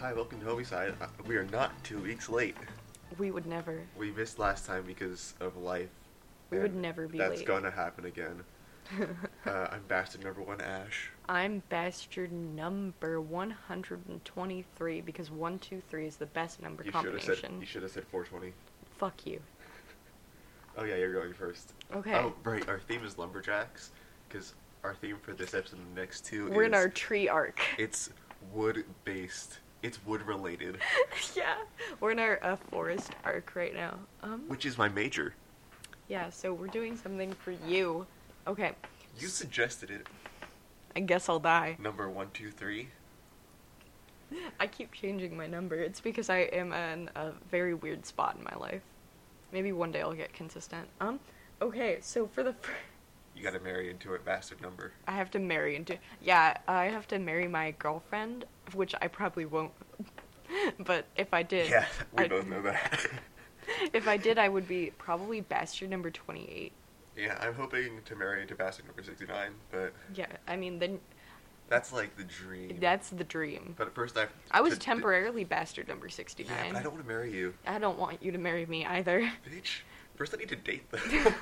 Hi, welcome to Homicide. Uh, We are not two weeks late. We would never. We missed last time because of life. We would and never be That's late. gonna happen again. Uh, I'm bastard number one, Ash. I'm bastard number 123 because 123 is the best number You should have said. combination. You should have said 420. Fuck you. Oh yeah, you're going first. Okay. Oh right, our theme is lumberjacks, because our theme for this episode and the next two We're is in our tree arc. it's wood based. It's wood related, yeah. We're in our uh, forest arc right now. Um which is my major. yeah, so we're doing something for you. Okay. You suggested it. I guess I'll die. Number one, two, three. I keep changing my number. It's because I am in a very weird spot in my life. Maybe one day I'll get consistent. Um okay, so for the first You gotta marry into it, bastard number. I have to marry into yeah, I have to marry my girlfriend, which I probably won't. but if I did, Yeah, we I- both know that. If I did, I would be probably bastard number twenty-eight. Yeah, I'm hoping to marry into bastard number 69, but Yeah, I mean then that's like the dream. that's the dream. But at first I. I was to- temporarily bastard number Yeah, sixty-nine. but I don't want to marry you, I don't want you to marry me either. bitch. First, I need to date them.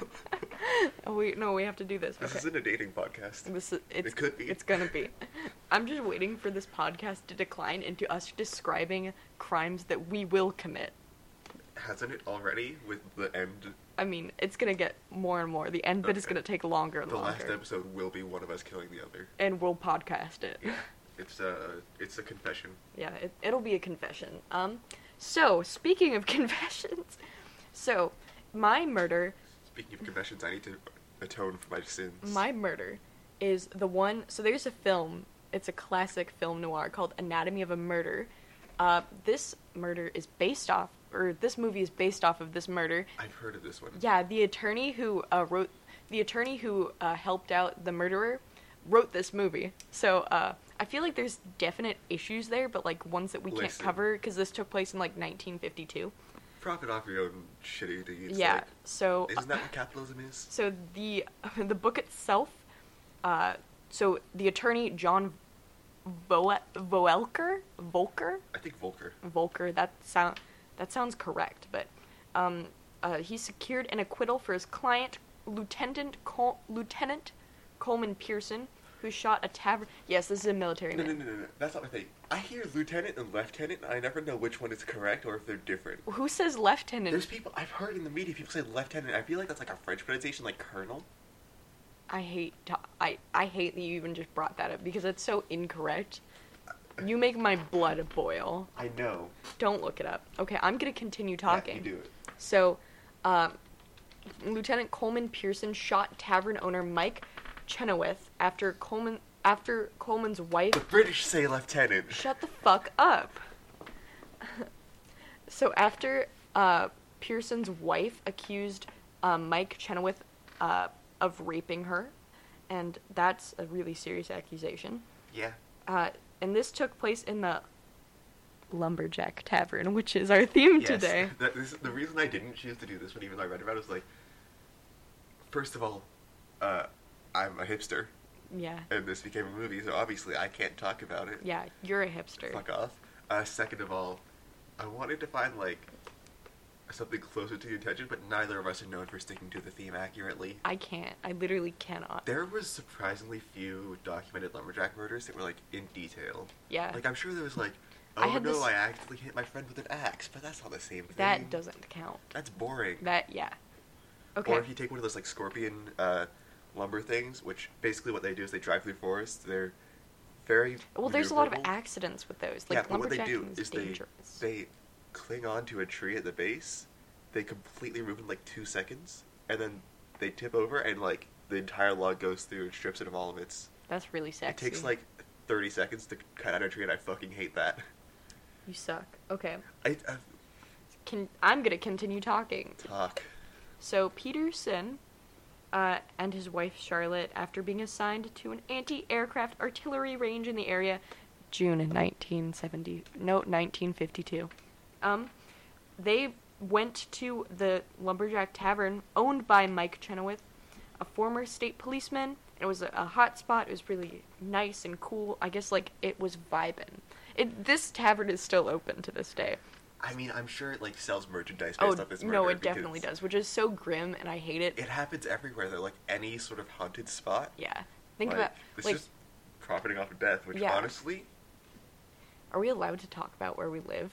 oh, we no, we have to do this. this okay. isn't a dating podcast. This is, it's, could be. It's gonna be. I'm just waiting for this podcast to decline into us describing crimes that we will commit. Hasn't it already with the end? I mean, it's gonna get more and more. The end bit is Okay. gonna take longer and The longer. last episode will be one of us killing the other. And we'll podcast it. Yeah, it's a it's a confession. yeah, it, it'll be a confession. Um, so speaking of confessions, so my murder, Speaking of confessions, I need to atone for my sins. my murder, is the one. So there's a film. It's a classic film noir called Anatomy of a Murder. Uh, this murder is based off, or this movie is based off of this murder, I've heard of this one. Yeah, the attorney who uh, wrote the attorney who uh, helped out the murderer wrote this movie. So uh, I feel like there's definite issues there, but like ones that we can't Listen. cover because this took place in like 1952. Profit off your own shitty deeds. yeah. Oh, like, so uh, isn't that what capitalism is? so the the book itself, uh, so the attorney John Vo- Voelker Volker I think Volker. Volker. That sound that sounds correct, but um, uh, he secured an acquittal for his client, Lieutenant Col- Lieutenant Coleman Pearson, who shot a tavern. Yes, this is a military No, no, man. no, no, no. That's not my thing. I hear lieutenant and lieutenant, and I never know which one is correct or if they're different. Who says lieutenant? There's people I've heard in the media people say lieutenant. I feel like that's like a French pronunciation, like colonel. I hate to- I I hate that you even just brought that up because it's so incorrect. You make my blood boil. I know. Don't look it up. Okay, I'm gonna continue Yeah, talking. you do it. So, uh, Lieutenant Coleman Pearson shot tavern owner Mike Chenoweth after Coleman after Coleman's wife. The British say lieutenant. Shut the fuck up. so after uh, Pearson's wife accused uh, Mike Chenoweth uh, of raping her, and that's a really serious accusation. Yeah. Uh, and this took place in the Lumberjack Tavern, which is our theme Yes. today. That, this, the reason I didn't choose to do this one, even though I read about it, was like, first of all, uh, I'm a hipster, Yeah. and this became a movie, so obviously I can't talk about it. Yeah, you're a hipster. Fuck off. Uh, second of all, I wanted to find like something closer to the attention, but neither of us are known for sticking to the theme accurately. I can't. I literally cannot. There was surprisingly few documented lumberjack murders that were like in detail. Yeah. Like I'm sure there was like, oh I had no, this- I accidentally hit my friend with an axe, but that's not the same thing. that doesn't count. That's boring. That yeah. Okay. Or if you take one of those like scorpion uh, lumber things, which basically what they do is they drive through forests. They're very well, there's a lot of maneuverable. accidents with those. Like but what they lumberjacking do is is they, dangerous. they cling on to a tree at the base, they completely remove in like two seconds, and then they tip over and like the entire log goes through and strips it of all of its. That's really sexy. It takes like 30 seconds to cut out a tree, and I fucking hate that. you suck. Okay. I, uh, I Can I'm gonna continue talking. talk. So Peterson uh, and his wife Charlotte, after being assigned to an anti-aircraft artillery range in the area, June 1970, no 1952, um, they went to the Lumberjack Tavern owned by Mike Chenoweth, a former state policeman. It was a, a hot spot. It was really nice and cool. I guess like it was vibin'. It, this tavern is still open to this day. I mean, I'm sure it like sells merchandise Oh based off his murder. no, it because definitely does, which is so grim, and I hate it. It happens everywhere though, like any sort of haunted spot. yeah, think like, about this like, is profiting off of death, which Yeah. honestly are we allowed to talk about where we live?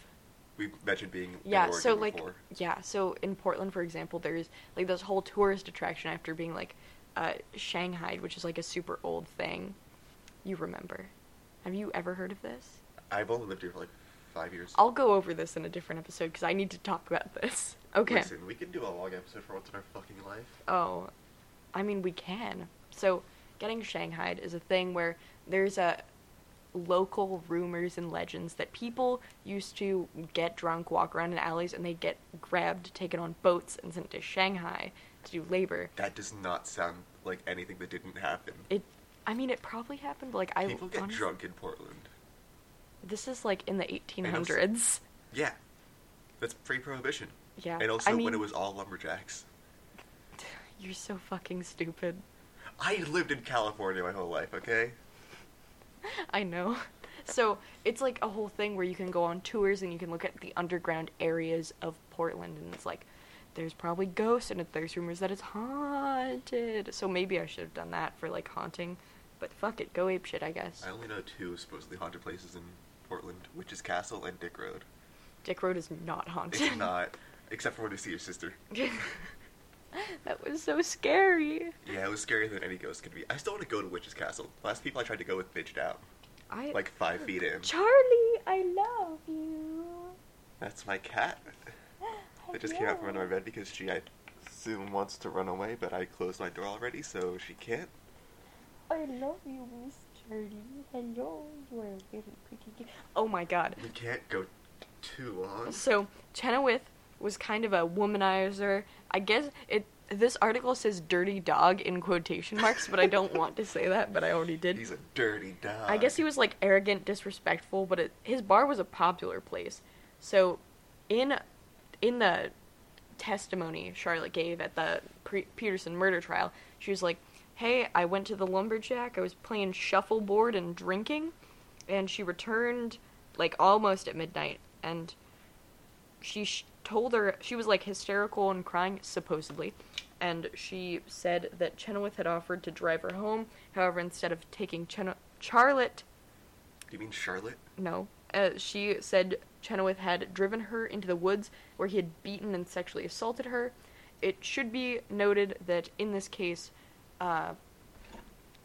we mentioned being in Yeah, Oregon so like before. yeah, so in Portland, for example, there's like this whole tourist attraction after being like uh, Shanghai, which is like a super old thing. You remember? Have you ever heard of this? I've only lived here for like five years. I'll go over this in a different episode because I need to talk about this. Okay. Listen, we can do a long episode for once in our fucking life. Oh, I mean, we can. So, getting shanghaied is a thing where there's a local rumors and legends that people used to get drunk, walk around in alleys, and they get grabbed, taken on boats, and sent to Shanghai to do labor. That does not sound like anything that didn't happen. It, I mean, it probably happened, but like I People get honest- drunk in Portland. This is like in the 1800s. Yeah, that's pre-prohibition. Yeah, and also I when it mean- was all lumberjacks. You're so fucking stupid. I lived in California my whole life. Okay. I know. So it's like a whole thing where you can go on tours and you can look at the underground areas of Portland, and it's like there's probably ghosts and it- there's rumors that it's haunted. So maybe I should have done that for like haunting, but fuck it, go ape shit, I guess. I only know two supposedly haunted places in Portland, Witch's Castle and Dick Road. Dick Road is not haunted. It's not, except for when you see your sister. that was so scary. Yeah, it was scarier than any ghost could be. I still want to go to Witch's Castle. Last people I tried to go with bitched out, I like five feet in. Charlie, I love you. That's my cat. That just came out from under my bed because she, I assume, wants to run away, but I closed my door already, so she can't. I love you, Miss Charlie. Hello, you are a very pretty girl. Oh my god. We can't go too long. So Chenoweth was kind of a womanizer. I guess it. This article says "dirty dog" in quotation marks, but I don't want to say that. But I already did. He's a dirty dog. I guess he was like arrogant, disrespectful, but it, his bar was a popular place. So, in in the testimony Charlotte gave at the Pre- Peterson murder trial, she was like, "Hey, I went to the lumberjack. I was playing shuffleboard and drinking, and she returned like almost at midnight, and she sh- told her she was like hysterical and crying supposedly and she said that chenoweth had offered to drive her home however instead of taking Cheno- charlotte Do you mean Charlotte? no uh, she said chenoweth had driven her into the woods where he had beaten and sexually assaulted her it should be noted that in this case uh,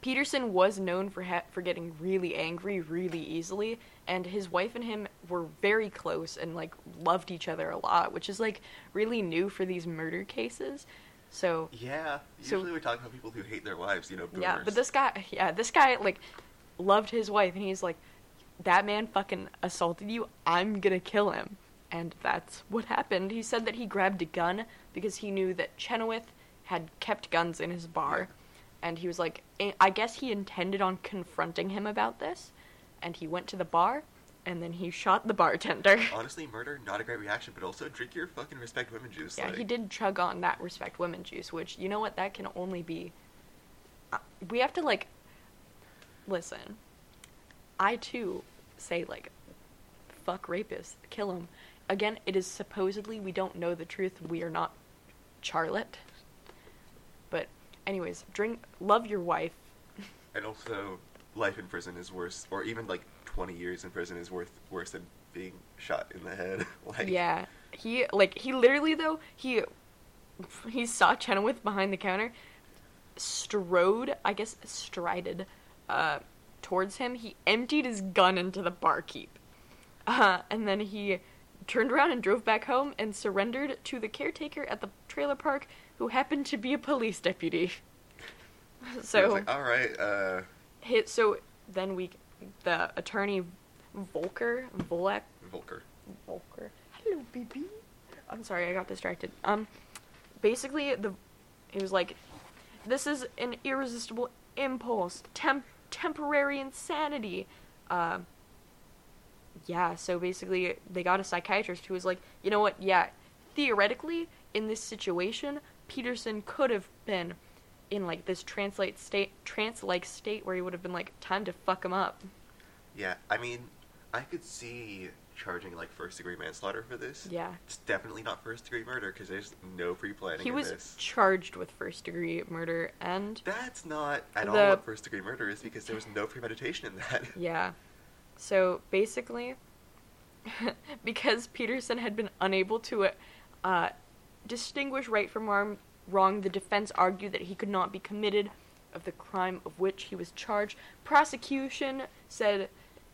peterson was known for ha- for getting really angry really easily and his wife and him were very close and like loved each other a lot which is like really new for these murder cases so Yeah. Oh. So- Usually we're talking about people who hate their wives, you know, boomers. yeah, but this guy, yeah, this guy like loved his wife, and he's like, that man fucking assaulted you. I'm gonna kill him, and that's what happened. He said that he grabbed a gun because he knew that Chenoweth had kept guns in his bar, and he was like, I I guess he intended on confronting him about this, and he went to the bar, and then he shot the bartender. Honestly, murder, not a great reaction, but also drink your fucking respect women juice. Yeah, like, he did chug on that respect women juice, which you know what that can only be. Uh, we have to like listen. I too say like fuck rapists, kill them. Again, it is supposedly we don't know the truth. We are not Charlotte. But anyways, drink love your wife. And also, life in prison is worse, or even like 20 years in prison is worth worse than being shot in the head. like, yeah. He like he literally though, he he saw Chenoweth behind the counter, strode, I guess strided, uh, towards him. He emptied his gun into the barkeep, uh, and then he turned around and drove back home and surrendered to the caretaker at the trailer park, who happened to be a police deputy. So, it's so like, all right, uh, hit. So then we, the attorney, Volker Volek Volker. Volker. Hello, baby. I'm sorry, I got distracted. Um, basically, the it was like, this is an irresistible impulse, temp- temporary insanity. Uh, yeah. So basically, they got a psychiatrist who was like, you know what? Yeah, theoretically, in this situation, Peterson could have been in like this translate state, trance-like state where he would have been like, time to fuck him up. Yeah, I mean, I could see charging like first degree manslaughter for this. Yeah. It's definitely not first degree murder because there's no pre planning. He in was this. charged with first degree murder and That's not at The- all what first degree murder is because there was no premeditation in that. Yeah. So basically, because Peterson had been unable to uh, distinguish right from wrong, wrong, the defense argued that he could not be committed of the crime of which he was charged. Prosecution said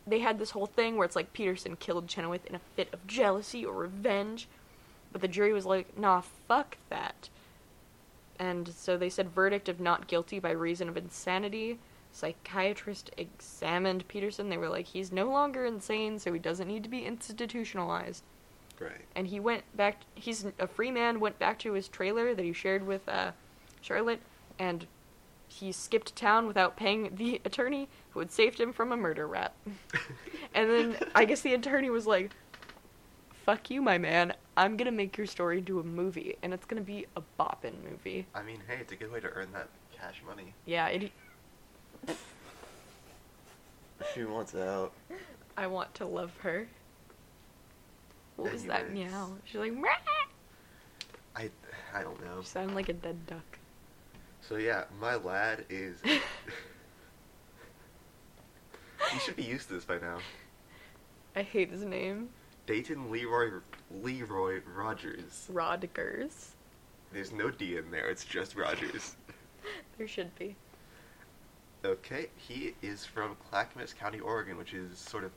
they had this whole thing where it's like Peterson killed Chenoweth in a fit of jealousy or revenge, but the jury was like, nah, fuck that. And so they said verdict of not guilty by reason of insanity. Psychiatrist examined Peterson. They were like, he's no longer insane, so he doesn't need to be institutionalized. Right. And he went back, he's a free man, went back to his trailer that he shared with uh, Charlotte, and he skipped town without paying the attorney who had saved him from a murder rap. and then I guess the attorney was like, fuck you, my man. I'm gonna make your story into a movie, and it's gonna be a boppin' movie. I mean, hey, it's a good way to earn that cash money. Yeah, it, She wants out. I want to love her. What was that Anyways. meow? She's like, Meh! I I don't know. she sounded like a dead duck. So yeah, my lad is. you should be used to this by now. I hate his name, Dayton Leroy Leroy Rogers. Rodgers. There's no D in there. It's just Rogers. There should be. Okay, he is from Clackamas County, Oregon, which is sort of,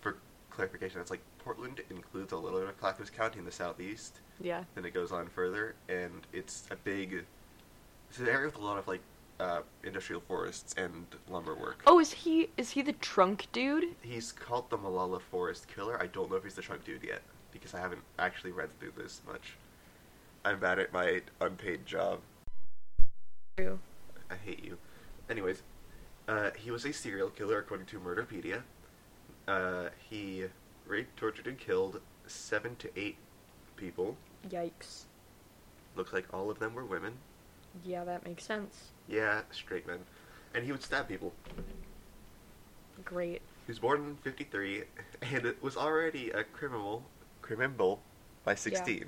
for clarification, that's like Portland includes a little bit of Clackamas County in the southeast. Yeah, Then it goes on further, and it's a big, it's an area with a lot of like uh, industrial forests and lumber work. Oh, is he is he the trunk dude? He's called the Malala Forest Killer. I don't know if he's the trunk dude yet because I haven't actually read through this much. I'm bad at my unpaid job. True. I hate you. Anyways, uh, he was a serial killer according to Murderpedia. Uh, he raped, tortured, and killed seven to eight people. Yikes. Looks like all of them were women. Yeah, that makes sense. Yeah, straight men. And he would stab people. Great. He was born in 53 and it was already a criminal criminal by 16.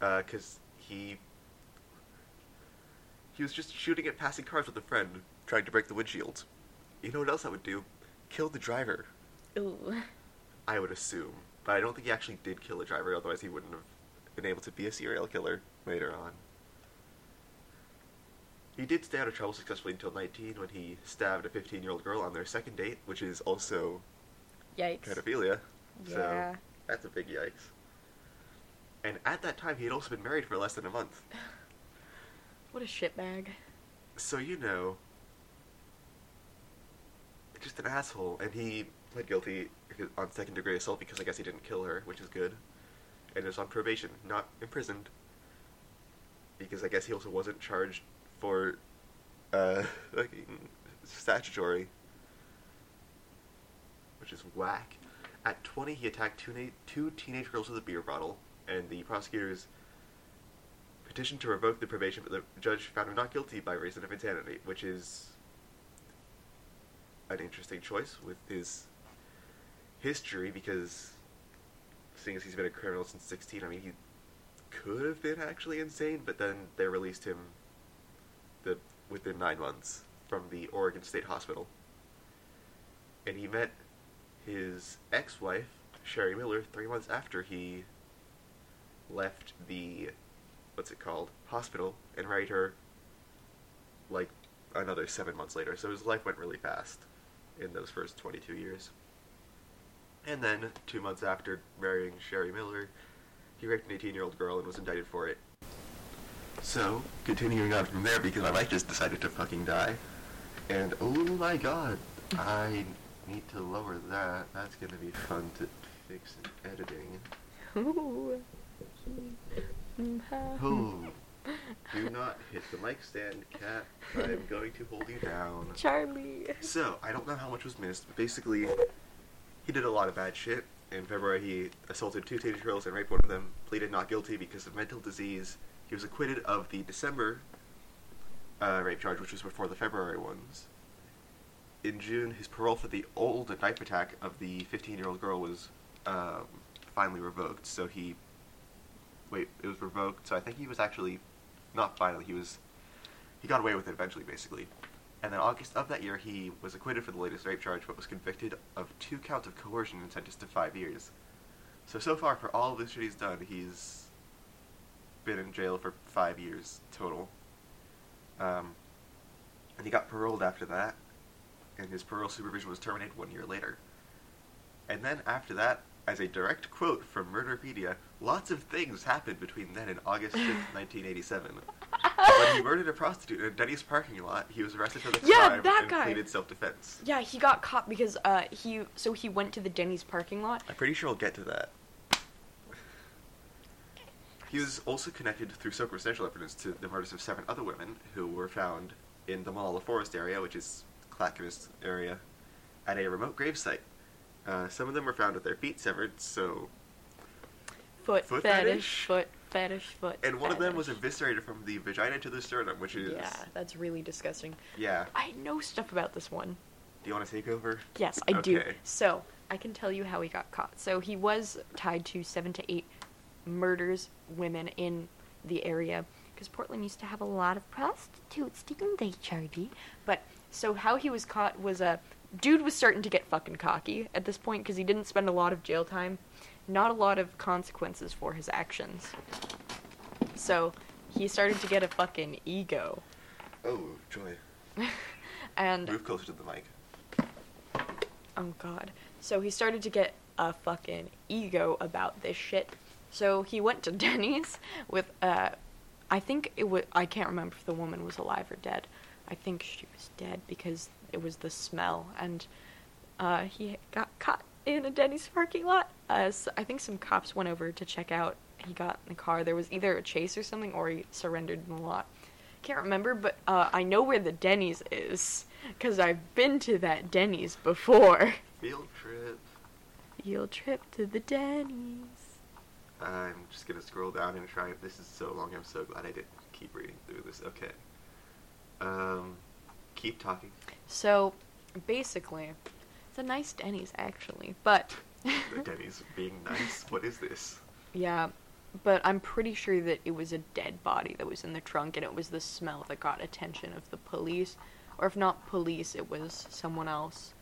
Uh 'cause cuz he he was just shooting at passing cars with a friend trying to break the windshield. You know what else I would do? Kill the driver. Ooh. I would assume, but I don't think he actually did kill the driver otherwise he wouldn't have been able to be a serial killer later on. He did stay out of trouble successfully until 19 when he stabbed a 15-year-old girl on their second date, which is also Yikes. pedophilia. Yeah. So that's a big yikes. And at that time, he had also been married for less than a month. What a shitbag. So you know, just an asshole. And he pled guilty on second degree assault because I guess he didn't kill her, which is good. And is on probation, not imprisoned. Because I guess he also wasn't charged for uh, fucking statutory, which is whack. At 20, he attacked two, na- two teenage girls with a beer bottle, and the prosecutors petitioned to revoke the probation, but the judge found him not guilty by reason of insanity, which is an interesting choice with his history because seeing as he's been a criminal since 16, I mean, he could have been actually insane, but then they released him the within nine months from the Oregon State Hospital. And he met his ex-wife, Sherry Miller, three months after he left the what's it called hospital and married her like another seven months later so his life went really fast in those first 22 years and then two months after marrying sherry miller he raped an 18 year old girl and was indicted for it so continuing on from there because my mic just decided to fucking die and oh my god i need to lower that that's gonna be fun to fix in editing Ooh. mm-hmm. Oh, do not hit the mic stand, cat. I'm going to hold you down. Charlie. So, I don't know how much was missed, but basically, he did a lot of bad shit. In February, he assaulted two teenage girls and raped one of them, pleaded not guilty because of mental disease. He was acquitted of the December uh, rape charge, which was before the February ones. in June, his parole for the old knife attack of the 15 year old girl was um, finally revoked. So he. Wait, it was revoked. So I think he was actually. Not finally, he was. He got away with it eventually, basically. And then August of that year, he was acquitted for the latest rape charge, but was convicted of two counts of coercion and sentenced to five years. So, so far, for all of the shit he's done, he's been in jail for five years total. Um, and he got paroled after that, and his parole supervision was terminated one year later. And then after that, as a direct quote from Murderpedia, lots of things happened between then and August 5th, 1987. when he murdered a prostitute in a Denny's parking lot, he was arrested for the Yeah, crime that and guy. pleaded self-defense. Yeah, he got caught because uh he so he went to the Denny's parking lot. I'm pretty sure we'll get to that. He was also connected through circumstantial evidence to the murders of seven other women who were found in the Malala Forest area, which is Clackamas area, at a remote gravesite. Uh, some of them were found with their feet severed, so. Foot, Foot fetish? fetish, foot fetish, foot. And one of them was fetish. eviscerated from the vagina to the sternum, which is. Yeah, that's really disgusting. Yeah. I know stuff about this one. Do you want to take over? Yes, I do. Okay. So I can tell you how he got caught. So he was tied to seven to eight murders women in the area because Portland used to have a lot of prostitutes, didn't they, Charlie? But so how he was caught was a dude was starting to get fucking cocky at this point because he didn't spend a lot of jail time, not a lot of consequences for his actions. So he started to get a fucking ego, Oh, joy. and Move closer to the mic. Oh god. So he started to get a fucking ego about this shit. So he went to Denny's with uh I think it was I can't remember if the woman was alive or dead. I think she was dead because it was the smell and uh he got caught in a Denny's parking lot. Uh s I I think some cops went over to check out. He got in the car. There was either a chase or something or he surrendered in the lot. Can't remember, but uh, I know where the Denny's is because I've been to that Denny's before. Field trip. Field trip to the Denny's. I'm just gonna scroll down and try. This is so long. I'm so glad I didn't keep reading through this. Okay. Um, keep talking. So, basically, it's a nice Denny's actually, but The Denny's being nice. What is this? yeah, but I'm pretty sure that it was a dead body that was in the trunk, and it was the smell that got attention of the police, or if not police, it was someone else.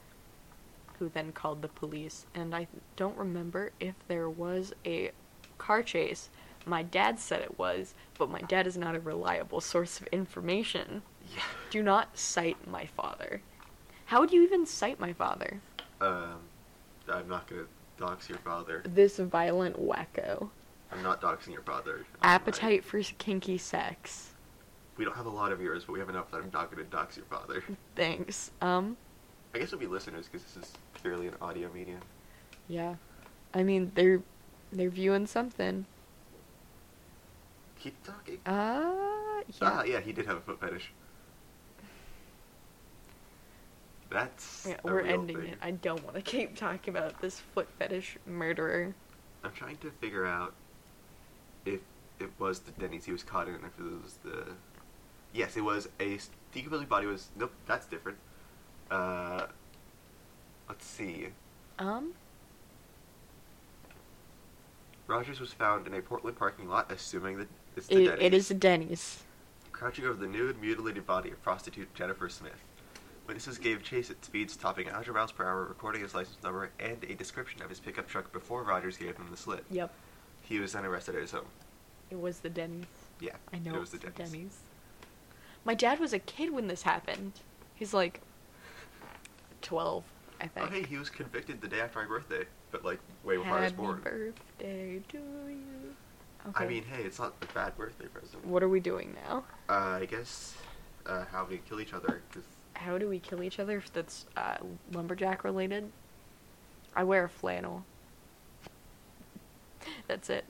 Who then called the police? And I don't remember if there was a car chase. My dad said it was, but my dad is not a reliable source of information. Yeah. Do not cite my father. How would you even cite my father? Um, I'm not gonna dox your father. This violent wacko. I'm not doxing your father. I'm like- Appetite for kinky sex. We don't have a lot of viewers, but we have enough that I'm not gonna dox your father. Thanks. Um, I guess it'll be listeners because this is purely an audio medium. yeah. I mean, they're they're viewing something. Keep talking. Uh, Ah, yeah. yeah, he did have a foot fetish. That's Yeah, a we're real ending thing. it. I don't want to keep talking about this foot fetish murderer. I'm trying to figure out if it was the Denny's he was caught in, if it was the. Yes, it was a decomposing body. Was nope, that's different. Uh, let's see. Um, Rogers was found in a Portland parking lot, assuming that it's the it, Denny's. it is a Denny's. crouching over the nude, mutilated body of prostitute Jennifer Smith. Witnesses gave chase at speeds topping 100 miles per hour, recording his license number and a description of his pickup truck before Rogers gave him the slip. Yep, He was then arrested at his home. it was the Denny's. Yeah, I know it was the it's Denny's. My dad was a kid when this happened. He's like twelve, I think. Oh, hey, he was convicted the day after my birthday, but like way before I was Happy born. birthday to you. I mean, hey, it's not a bad birthday present. what are we doing now? Uh, I guess uh, how we kill each other. 'cause- How do we kill each other if that's uh, lumberjack related? I wear a flannel. That's it.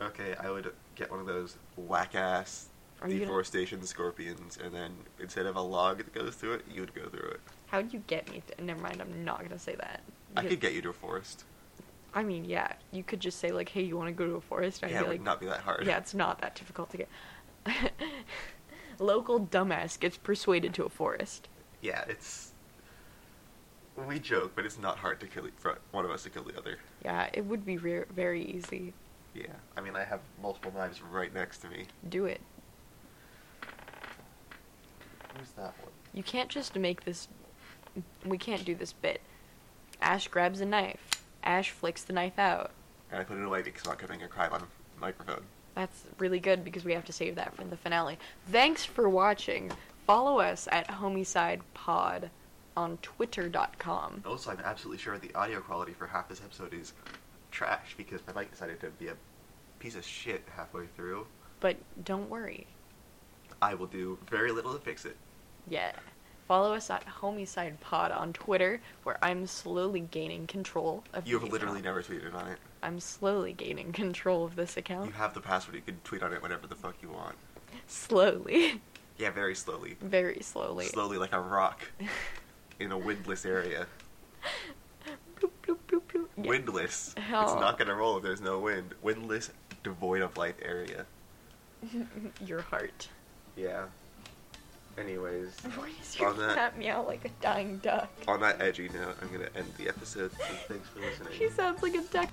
okay, I would get one of those whack ass Are you gonna- deforestation scorpions, and then instead of a log that goes through it, you'd go through it. How'd you get me? To... Never mind. I'm not gonna say that. I could get you to a forest. I mean, yeah. You could just say like, "Hey, you want to go to a forest?" And yeah, I'd it be would like, not be that hard. Yeah, it's not that difficult to get. Local dumbass gets persuaded to a forest. Yeah, it's we joke, but it's not hard to kill e- for one of us to kill the other. Yeah, it would be re- very easy. Yeah, I mean, I have multiple knives right next to me. Do it. Where's that one? You can't just make this. We can't do this bit. Ash grabs a knife. Ash flicks the knife out. And I put it away because I'm not committing a crime on microphone. That's really good because we have to save that for the finale. Thanks for watching. Follow us at Homicide Pod on twitter.com. Also, I'm absolutely sure the audio quality for half this episode is trash because my mic decided to be a piece of shit halfway through. But don't worry. I will do very little to fix it. Yeah. Follow us at Homicide Pod on Twitter, where I'm slowly gaining control of You the have literally account. never tweeted on it. I'm slowly gaining control of this account. You have the password. You can tweet on it whenever the fuck you want. Slowly. Yeah, very slowly. Very slowly. Slowly, like a rock in a windless area. Bloop, bloop, bloop, bloop. Yeah. Windless. It's Hell. not gonna roll if there's no wind. Windless, devoid of life area. Your heart. Yeah. Anyways, Why is your On that- cat meow like a dying duck? on that edgy note, I'm gonna end the episode. So thanks for listening. She sounds like a duck.